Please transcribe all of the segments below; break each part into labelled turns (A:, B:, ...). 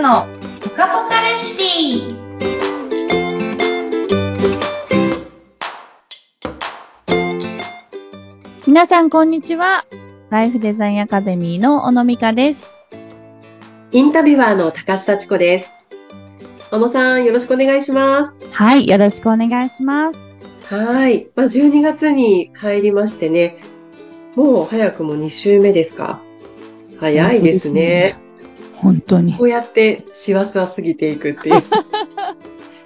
A: のぽかぽかレシピ。
B: 皆さん、こんにちは。ライフデザインアカデミーの小野美香です。
C: インタビュアーの高須幸子です。小野さん、よろしくお願いします。
B: はい、よろしくお願いします。
C: はい。まあ、12月に入りましてね、もう早くも2週目ですか。早いですね。
B: 本当に。ち
C: こうやってしわすわ過ぎていくっていう
B: ょっ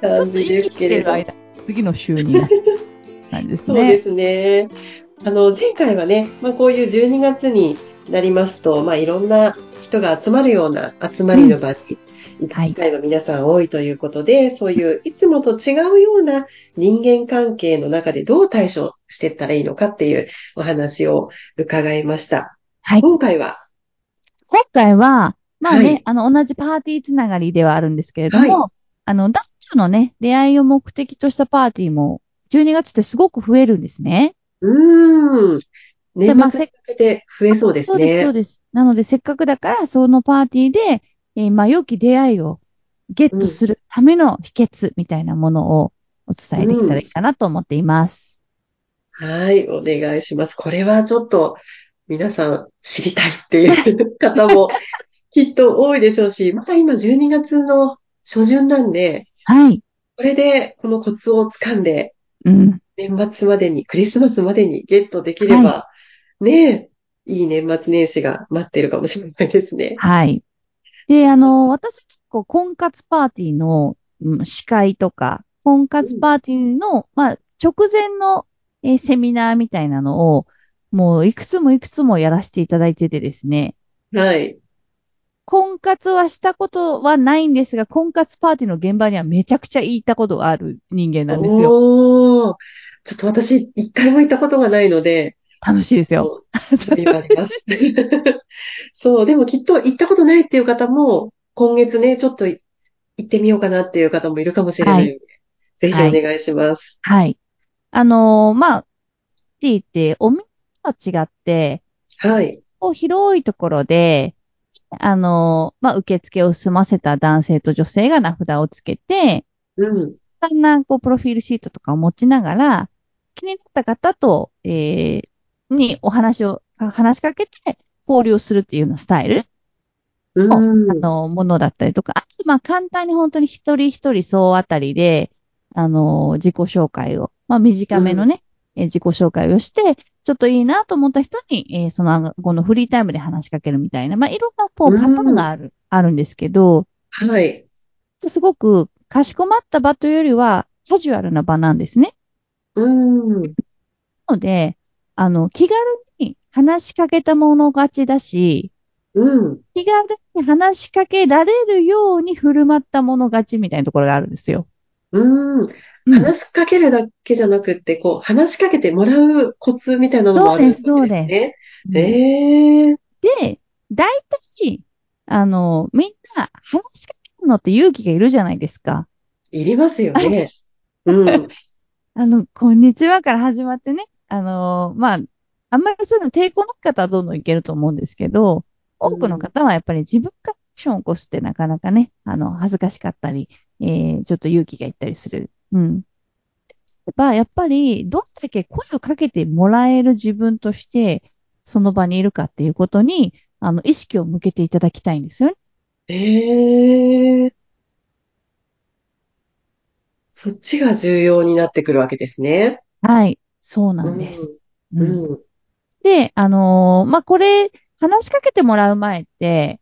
C: 感
B: と
C: じ
B: 息
C: で
B: し
C: す
B: て
C: けれ
B: る
C: ど。
B: 間、次の週になる感じです
C: そうで
B: ね。
C: すね。あの、前回はね、まあ、こういう12月になりますと、まあ、いろんな人が集まるような集まりの場に行く機会が皆さん多いということで、そういういつもと違うような人間関係の中でどう対処していったらいいのかっていうお話を伺いました。
B: はい
C: 今回は、
B: 今回は、まあね、
C: はい
B: あの、同じパーティーつながりではあるんですけれども、
C: は
B: あの、男女のね、出会いを目的としたパーティーも、12月ってすごく増えるんですね。
C: うーん、
B: でまあ
C: 年末にかけて増えそうです
B: そうです、そう
C: ね。
B: です。なので、せっかくだから、そのパーティーで、えーまあ、良き出会いをゲットするための秘訣みたいなものをお伝えできたらいいかなと思っています。
C: はい、お願いします。これはちょっと皆さん知りたいっていう方 もきっと多いでしょうし、また今12月の初旬なんで、
B: はい。
C: これでこのコツをつかんで、
B: うん。
C: 年末までに、クリスマスまでにゲットできれば、ねえ、いい年末年始が待ってるかもしれないですね。
B: はい。で、あの、私結構婚活パーティーの、うん司会とか、婚活パーティーの、まあ、直前の、えーセミナーみたいなのを、もういくつもいくつもやらせていただいててですね。
C: はい。
B: 婚活はしたことはないんですが、婚活パーティーの現場にはめちゃくちゃ行ったことがある人間なんですよ。
C: おー。ちょっと私、一回も行ったことがないので、
B: 楽しいですよ。
C: 興味があります。 そう、でもきっと行ったことないっていう方も、今月ね、ちょっと行ってみようかなっていう方もいるかもしれないので、ぜひお願いします。
B: はい。あのーまあ、シティってお店とは違って、
C: はい。
B: こう広いところで、あのーまあ、受付を済ませた男性と女性が名札をつけて、
C: うん。
B: 簡単な、こう、プロフィールシートとかを持ちながら、気になった方と、えーにお話を、話しかけて、交流をするっていうようなスタイル
C: うん。
B: あの、ものだったりとか、あと、まあ、簡単に本当に一人一人総あたりで、あの、自己紹介を、まあ、短めのね、えー自己紹介をして、ちょっといいなと思った人に、えーその後のフリータイムで話しかけるみたいな、まあ、いろんな、こう、
C: うん
B: パターンがある、あるんですけど、
C: はい。
B: すごく、かしこまった場というよりは、カジュアルな場なんですね。
C: う
B: な
C: ん。
B: ので、あの、気軽に話しかけたもの勝ちだし、
C: うん。
B: 気軽に話しかけられるように振る舞ったもの勝ちみたいなところがあるんですよ。
C: うん。
B: うん
C: 話しかけるだけじゃなくって、こう、話しかけてもらうコツみたいなのもあるんです
B: そうですそう
C: ね。ええ
B: で、大体、あの、みんな話しかけるのって勇気がいるじゃないですか。
C: いりますよね。うん。
B: あの、こんにちはから始まってね。あの、まあ、あんまりそういうの抵抗なかったらどんどんいけると思うんですけど、多くの方はやっぱり自分からアクションを起こすってなかなかね、あの、恥ずかしかったり、えー、ちょっと勇気がいったりする。うん。やっぱやっぱり、どんだけ声をかけてもらえる自分として、その場にいるかっていうことに、あの、意識を向けていただきたいんですよね
C: ええそっちが重要になってくるわけですね。
B: はい、そうな
C: うんん。
B: です。
C: う
B: うん
C: ん。
B: で、あのーまあ、これ、話しかけてもらう前って、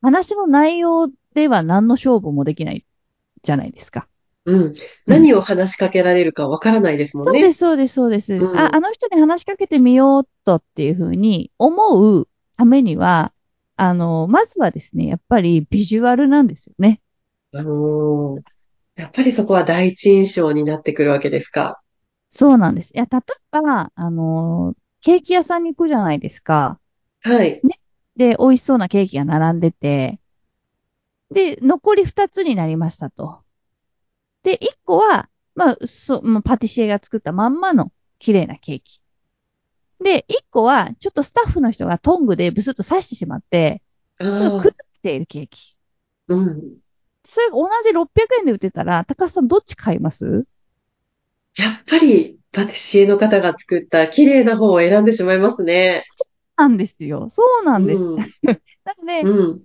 B: 話の内容では何の勝負もできないじゃないですか。
C: うん。何を話しかけられるかわからないですも
B: そ
C: ん
B: う
C: ね。
B: です、そうです、そうです。
C: うん
B: あ、あの人に話しかけてみようっとっていうふうに思うためには、あのーまずはですね、やっぱりビジュアルなんですよね。
C: あのーやっぱりそこは第一印象になってくるわけですか。
B: そうなんです。いや、例えば、あのーケーキ屋さんに行くじゃないですか。
C: はい。
B: で、美味しそうなケーキが並んでて、で、残り2つになりましたと。で、1個は、まあ、そう、まあパティシエが作ったまんまの綺麗なケーキ。で、1個は、ちょっとスタッフの人がトングでブスッと刺してしまって、ちょっ
C: あ
B: と
C: あ、
B: 崩っているケーキ。
C: うん。
B: それが同じ600円で売ってたら、高橋さんどっち買います
C: やっぱり、パティシエの方が作った綺麗な方を選んでしまいますね。
B: なんですよ。そうなんです。
C: うん
B: なので、
C: うん。
B: っ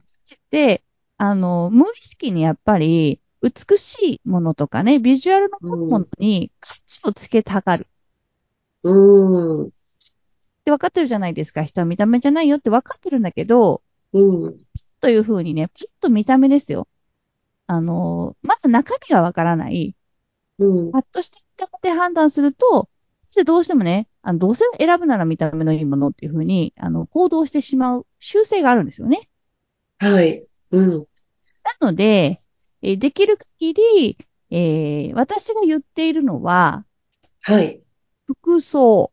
B: て、あの、無意識にやっぱり、美しいものとかね、ビジュアルのものに価値をつけたがる
C: うん。
B: って分かってるじゃないですか。人は見た目じゃないよって分かってるんだけど、
C: うん。
B: というふうにね、ピッと見た目ですよ。あの、まず中身が分からない。
C: うん。
B: パッとした見た目で判断すると、そしてどうしてもね、あのどうせ選ぶなら見た目のいいものっていうふうに、あの、行動してしまう習性があるんですよね。
C: はい。うん。
B: なので、えーできる限り、えー私が言っているのは、
C: はい。
B: 服装。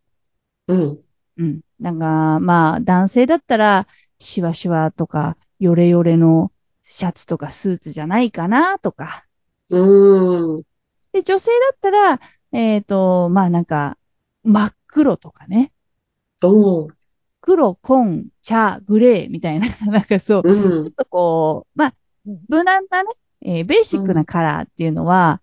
C: うん。
B: うん。なんか、まあ、男性だったら、シワシワとか、ヨレヨレのシャツとかスーツじゃないかな、とか。
C: うん。
B: で、女性だったら、えっ、と、まあなんか、真っ黒とかね。
C: おう。
B: 黒、紺、茶、グレーみたいな、 なんかそう、
C: う
B: ちょっ
C: ん。
B: とこう、まあ、無難なね、えーベーシックなカラーっていうのは、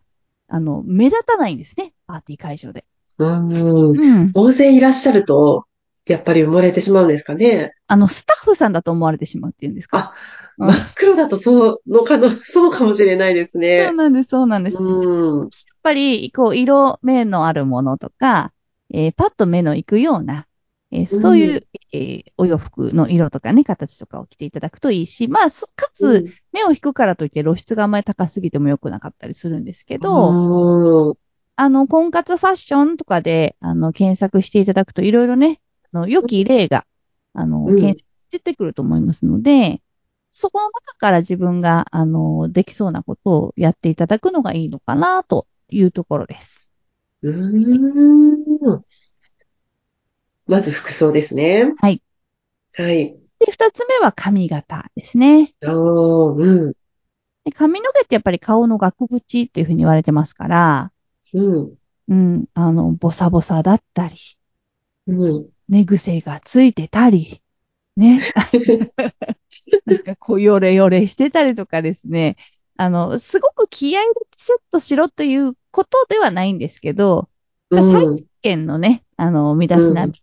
B: あの、目立たないんですね、パーティー会場で。
C: うん。
B: うん。
C: 大勢いらっしゃると、やっぱり埋もれてしまうんですかね。
B: あの、スタッフさんだと思われてしまうっていうんですか。
C: あ、真っ黒だとそうのかの、 そうかもしれないです
B: そう
C: ね。
B: なんです、そうなんです。やっ
C: うん。
B: ぱり、こう、色目のあるものとか、えーパッと目の行くような、えーそういう、
C: うん
B: えーお洋服の色とかね、形とかを着ていただくといいし、まあ、そかつ、
C: うん
B: 目を引くからといって露出があんまり高すぎても良くなかったりするんですけど、
C: うん
B: あの、婚活ファッションとかで、あの、検索していただくといろいろね、あの、良き例が、あの、
C: うん
B: 検索出てくると思いますので、そこの中から自分が、あの、できそうなことをやっていただくのがいいのかな、というところです。
C: うーん。まず服装ですね。
B: はい。
C: はい。
B: で、二つ目は髪型ですね。
C: ああ、うん。
B: で髪の毛ってやっぱり顔の額縁っていうふうに言われてますから、
C: うん。
B: うん、あの、ボサボサだったり、
C: うん。
B: 寝癖がついてたり、 ね。なんかこう、ヨレヨレしてたりとかですね。あの、すごく気合でセットしろということではないんですけど、
C: うん。
B: 意見のね、あの、身だしなみ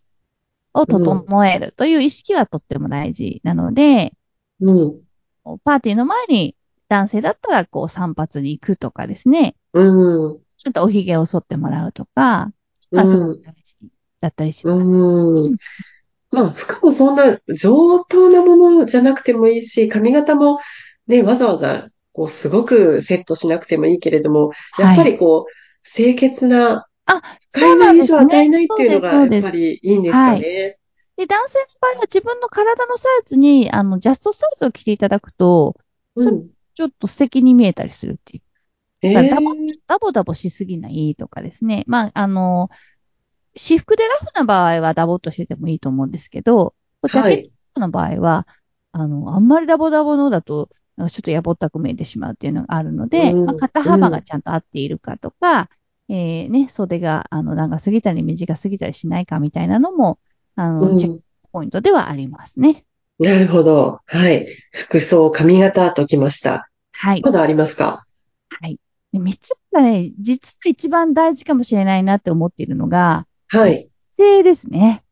B: を整えるという意識はとっても大事なので、
C: うん。
B: パーティーの前に男性だったらこう散髪に行くとかですね、
C: うん。
B: ちょっとお髭を剃ってもらうとか、まあ、そういうの
C: う
B: も大事だったりします。
C: ん。うん。まあ、服もそんな上等なものじゃなくてもいいし、髪型もね、わざわざ、こう、すごくセットしなくてもいいけれども、やっぱ
B: はい。
C: りこう、清潔な、
B: あ、
C: 不快
B: そうな
C: なん
B: で
C: 印
B: す
C: 象を
B: ね。
C: 与えないっていうの
B: そ
C: が、
B: う
C: や
B: で
C: っ
B: す、そ
C: ぱ
B: うです。
C: りいいんですかね。
B: で、男性の場合は自分の体のサイズに、あの、ジャストサイズを着ていただくと、そうれ
C: ん。
B: ちょっと素敵に見えたりするっていう。
C: え
B: だ
C: え
B: ダボダボダボしすぎないとかですね。まあ、あの、私服でラフな場合はダボっとしててもいいと思うんですけど、こうジャケ
C: は
B: ッ
C: い。
B: トの場合は、あの、あんまりダボダボのだと、なんかちょっとやぼったく見えてしまうっていうのがあるので、
C: うん
B: まあ、肩幅がちゃんと合っているかとか、えーね、袖が、あの、長すぎたり短すぎたりしないかみたいなのも、あの、
C: う
B: チェッ
C: ん
B: ク。ポイントではありますね。
C: なるほど。はい。服装、髪型ときました。
B: はい。
C: まだありますか
B: はい。で、三つ目がね、実は一番大事かもしれないなって思っているのが、
C: はい。
B: 姿勢ですね。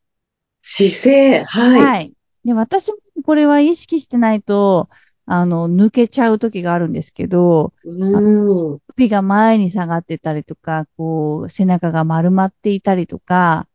C: 姿勢、はい。
B: はい。で、私もこれは意識してないと、あの、抜けちゃう時があるんですけど、
C: うーん。
B: 首が前に下がってたりとか、こう、背中が丸まっていたりとか、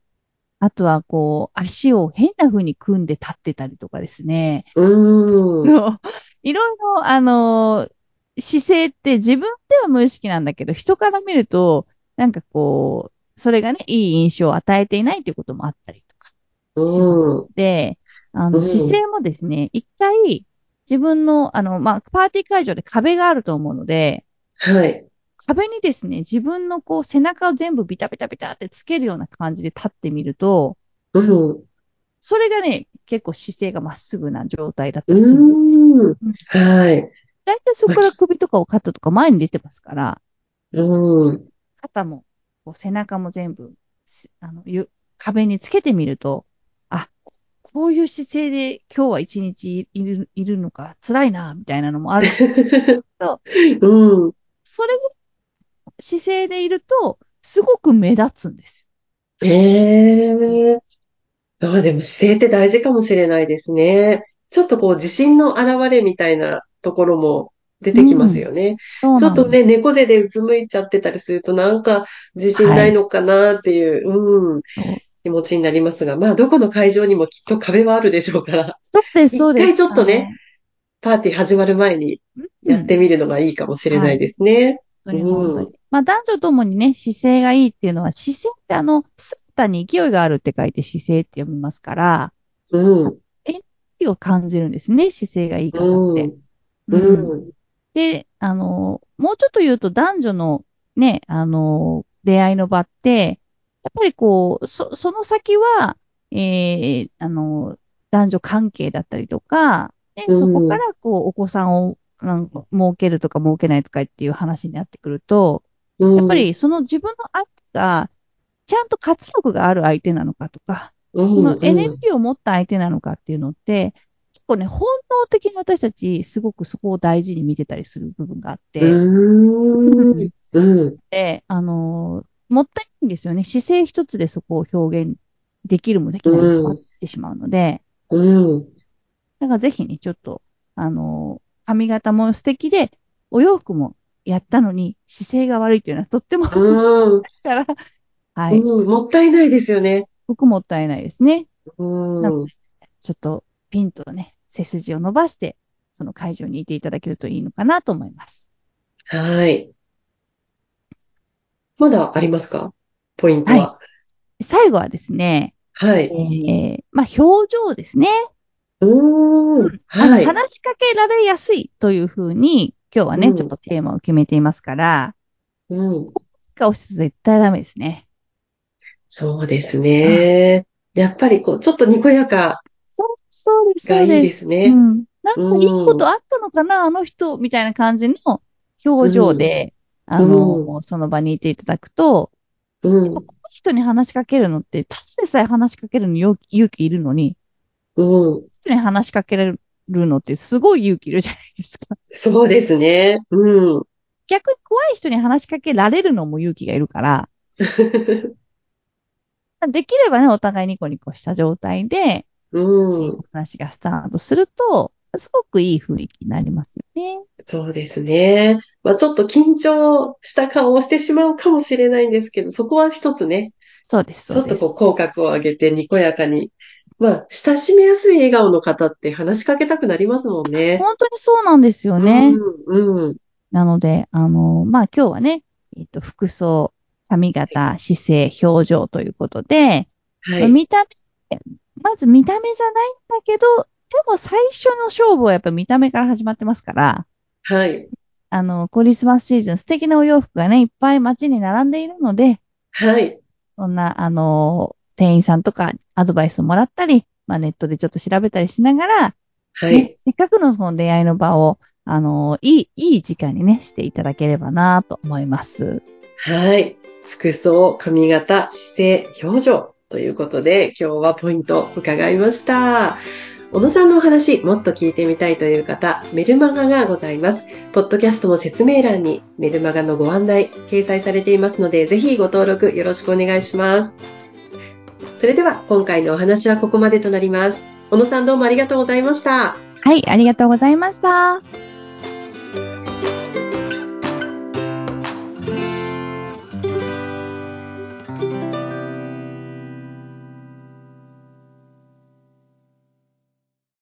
B: あとはこう、足を変な風に組んで立ってたりとかですね。
C: うーん。
B: の、いろいろ、あのー姿勢って自分では無意識なんだけど、人から見ると、なんかこう、それがね、いい印象を与えていないということもあったりとかします
C: う
B: ので、あ
C: う
B: の、
C: ん
B: 姿勢もですね、一回、自分の、あの、まあ、パーティー会場で壁があると思うので、
C: ん。はい。
B: 壁にですね、自分のこう、背中を全部ビタビタビタってつけるような感じで立ってみると、
C: うん。う
B: それがね、結構姿勢がまっすぐな状態だったりするんです。
C: ーん。はい。
B: 大体そこから首とかを肩とか前に出てますから、
C: うん。
B: 肩も、こう背中も全部、すあの、ゆ、壁につけてみると、あ、ここういう姿勢で今日は一日いる、いるのか、辛いな、みたいなのもあ る。
C: うん。
B: それを姿勢でいると、すごく目立つんです
C: ええあでも姿勢って大事かもしれないですね。ちょっとこう自信の表れみたいなところも出てきますよね。
B: よ。
C: ちょっ
B: そう
C: と
B: なんです、
C: ね、猫背でうつむいちゃってたりするとなんか自信ないのかなっていう、うん、
B: そう
C: 気持ちになりますが、まあどこの会場にもきっと壁はあるでしょうから、
B: そうです、そうです。
C: 一回ちょっとねパーティー始まる前に
B: うん、
C: やってみるのがいいかもしれないですね。
B: 本当に本当
C: う
B: に。まあ男女ともにね、姿勢がいいっていうのは、姿勢ってあの、姿に勢いがあるって書いて姿勢って読みますから、
C: うん、
B: 勢いを感じるんですね、姿勢がいい方
C: う
B: っ
C: ん、
B: て。
C: うん、
B: で、あの、もうちょっと言うと男女のね、あの、出会いの場って、やっぱりこう、そ、その先は、えーあの、男女関係だったりとか、ね、
C: うん
B: そこからこう、お子さんを、なんか、設けるとか設けないとかっていう話になってくると、
C: うん、
B: やっぱ、りその自分の相手が、ちゃんと活力がある相手なのかとか、そのエネルギーを持った相手なのかっていうのって、結構ね、本能的に私たち、すごくそこを大事に見てたりする部分があって、
C: うーん。うん。
B: で、あのーもったいないんですよね。姿勢一つでそこを表現できるもできないも変わってしまうので、
C: うん。
B: だからぜひね、ちょっと、あのー髪型も素敵で、お洋服もやったのに姿勢が悪いというのはとっても、だ
C: うん。
B: から、はい、
C: うん。もったいないですよね。
B: 僕もったいないですね。
C: うん。
B: ちょっとピンとね、背筋を伸ばして、その会場にいていただけるといいのかなと思います。
C: はい。まだありますかポイントは。
B: 最後はですね、
C: は
B: え
C: い。
B: ー、まあ、表情ですね。
C: うーん。
B: あの
C: はい。
B: 話しかけられやすいというふうに、今日はね、
C: うん
B: ちょっとテーマを決めていますから、
C: うん。
B: 顔しつ絶対ダメですね。
C: そうですね。やっぱりこう、ちょっとにこやか
B: そう、そうです、
C: が
B: そう
C: いい
B: で。
C: ですす
B: う
C: ね。
B: ん。なんかいいことあったのかな、あの人、みたいな感じの表情で、あの、その場にいていただくと、
C: うん。
B: この人に話しかけるのって、ただでさえ話しかけるの勇気勇気いるのに、
C: うん。
B: 人に話しかけられるのってすごい勇気いるじゃないですか。
C: そうですね。うん。
B: 逆に怖い人に話しかけられるのも勇気がいるから、できればね、お互いニコニコした状態で、
C: うん。
B: 話がスタートすると、すごくいい雰囲気になりますよね。
C: そうですね。まあ、ちょっと緊張した顔をしてしまうかもしれないんですけど、そこは一つね、
B: そうです、
C: ちょ
B: そう
C: っ
B: で
C: と
B: す。
C: こう口角を上げてにこやかに。まあ、親しみやすい笑顔の方って話しかけたくなりますもんね。
B: 本当にそうなんですよね。
C: うん、うん、
B: なので、あの、まあ、今日はね、えっと、服装、髪型、姿勢、表情ということで、
C: はい。
B: 見た目、まず見た目じゃないんだけど、でも最初の勝負はやっぱ見た目から始まってますから、
C: はい。
B: あの、クリスマスシーズン素敵なお洋服がね、いっぱい街に並んでいるので、
C: はい。
B: そんな、あの、店員さんとかアドバイスをもらったり、まあネットでちょっと調べたりしながら、
C: は
B: ねせ
C: い。
B: っかくのその出会いの場を、あの、いい、いい時間にね、していただければなと思います。
C: はい。服装、髪型、姿勢、表情ということで、今日はポイントを伺いました。小野さんのお話、もっと聞いてみたいという方、メルマガがございます。ポッドキャストの説明欄にメルマガのご案内、掲載されていますので、ぜひご登録よろしくお願いします。それでは、今回のお話はここまでとなります。小野さんどうもありがとうございました。
B: はい、ありがとうございました。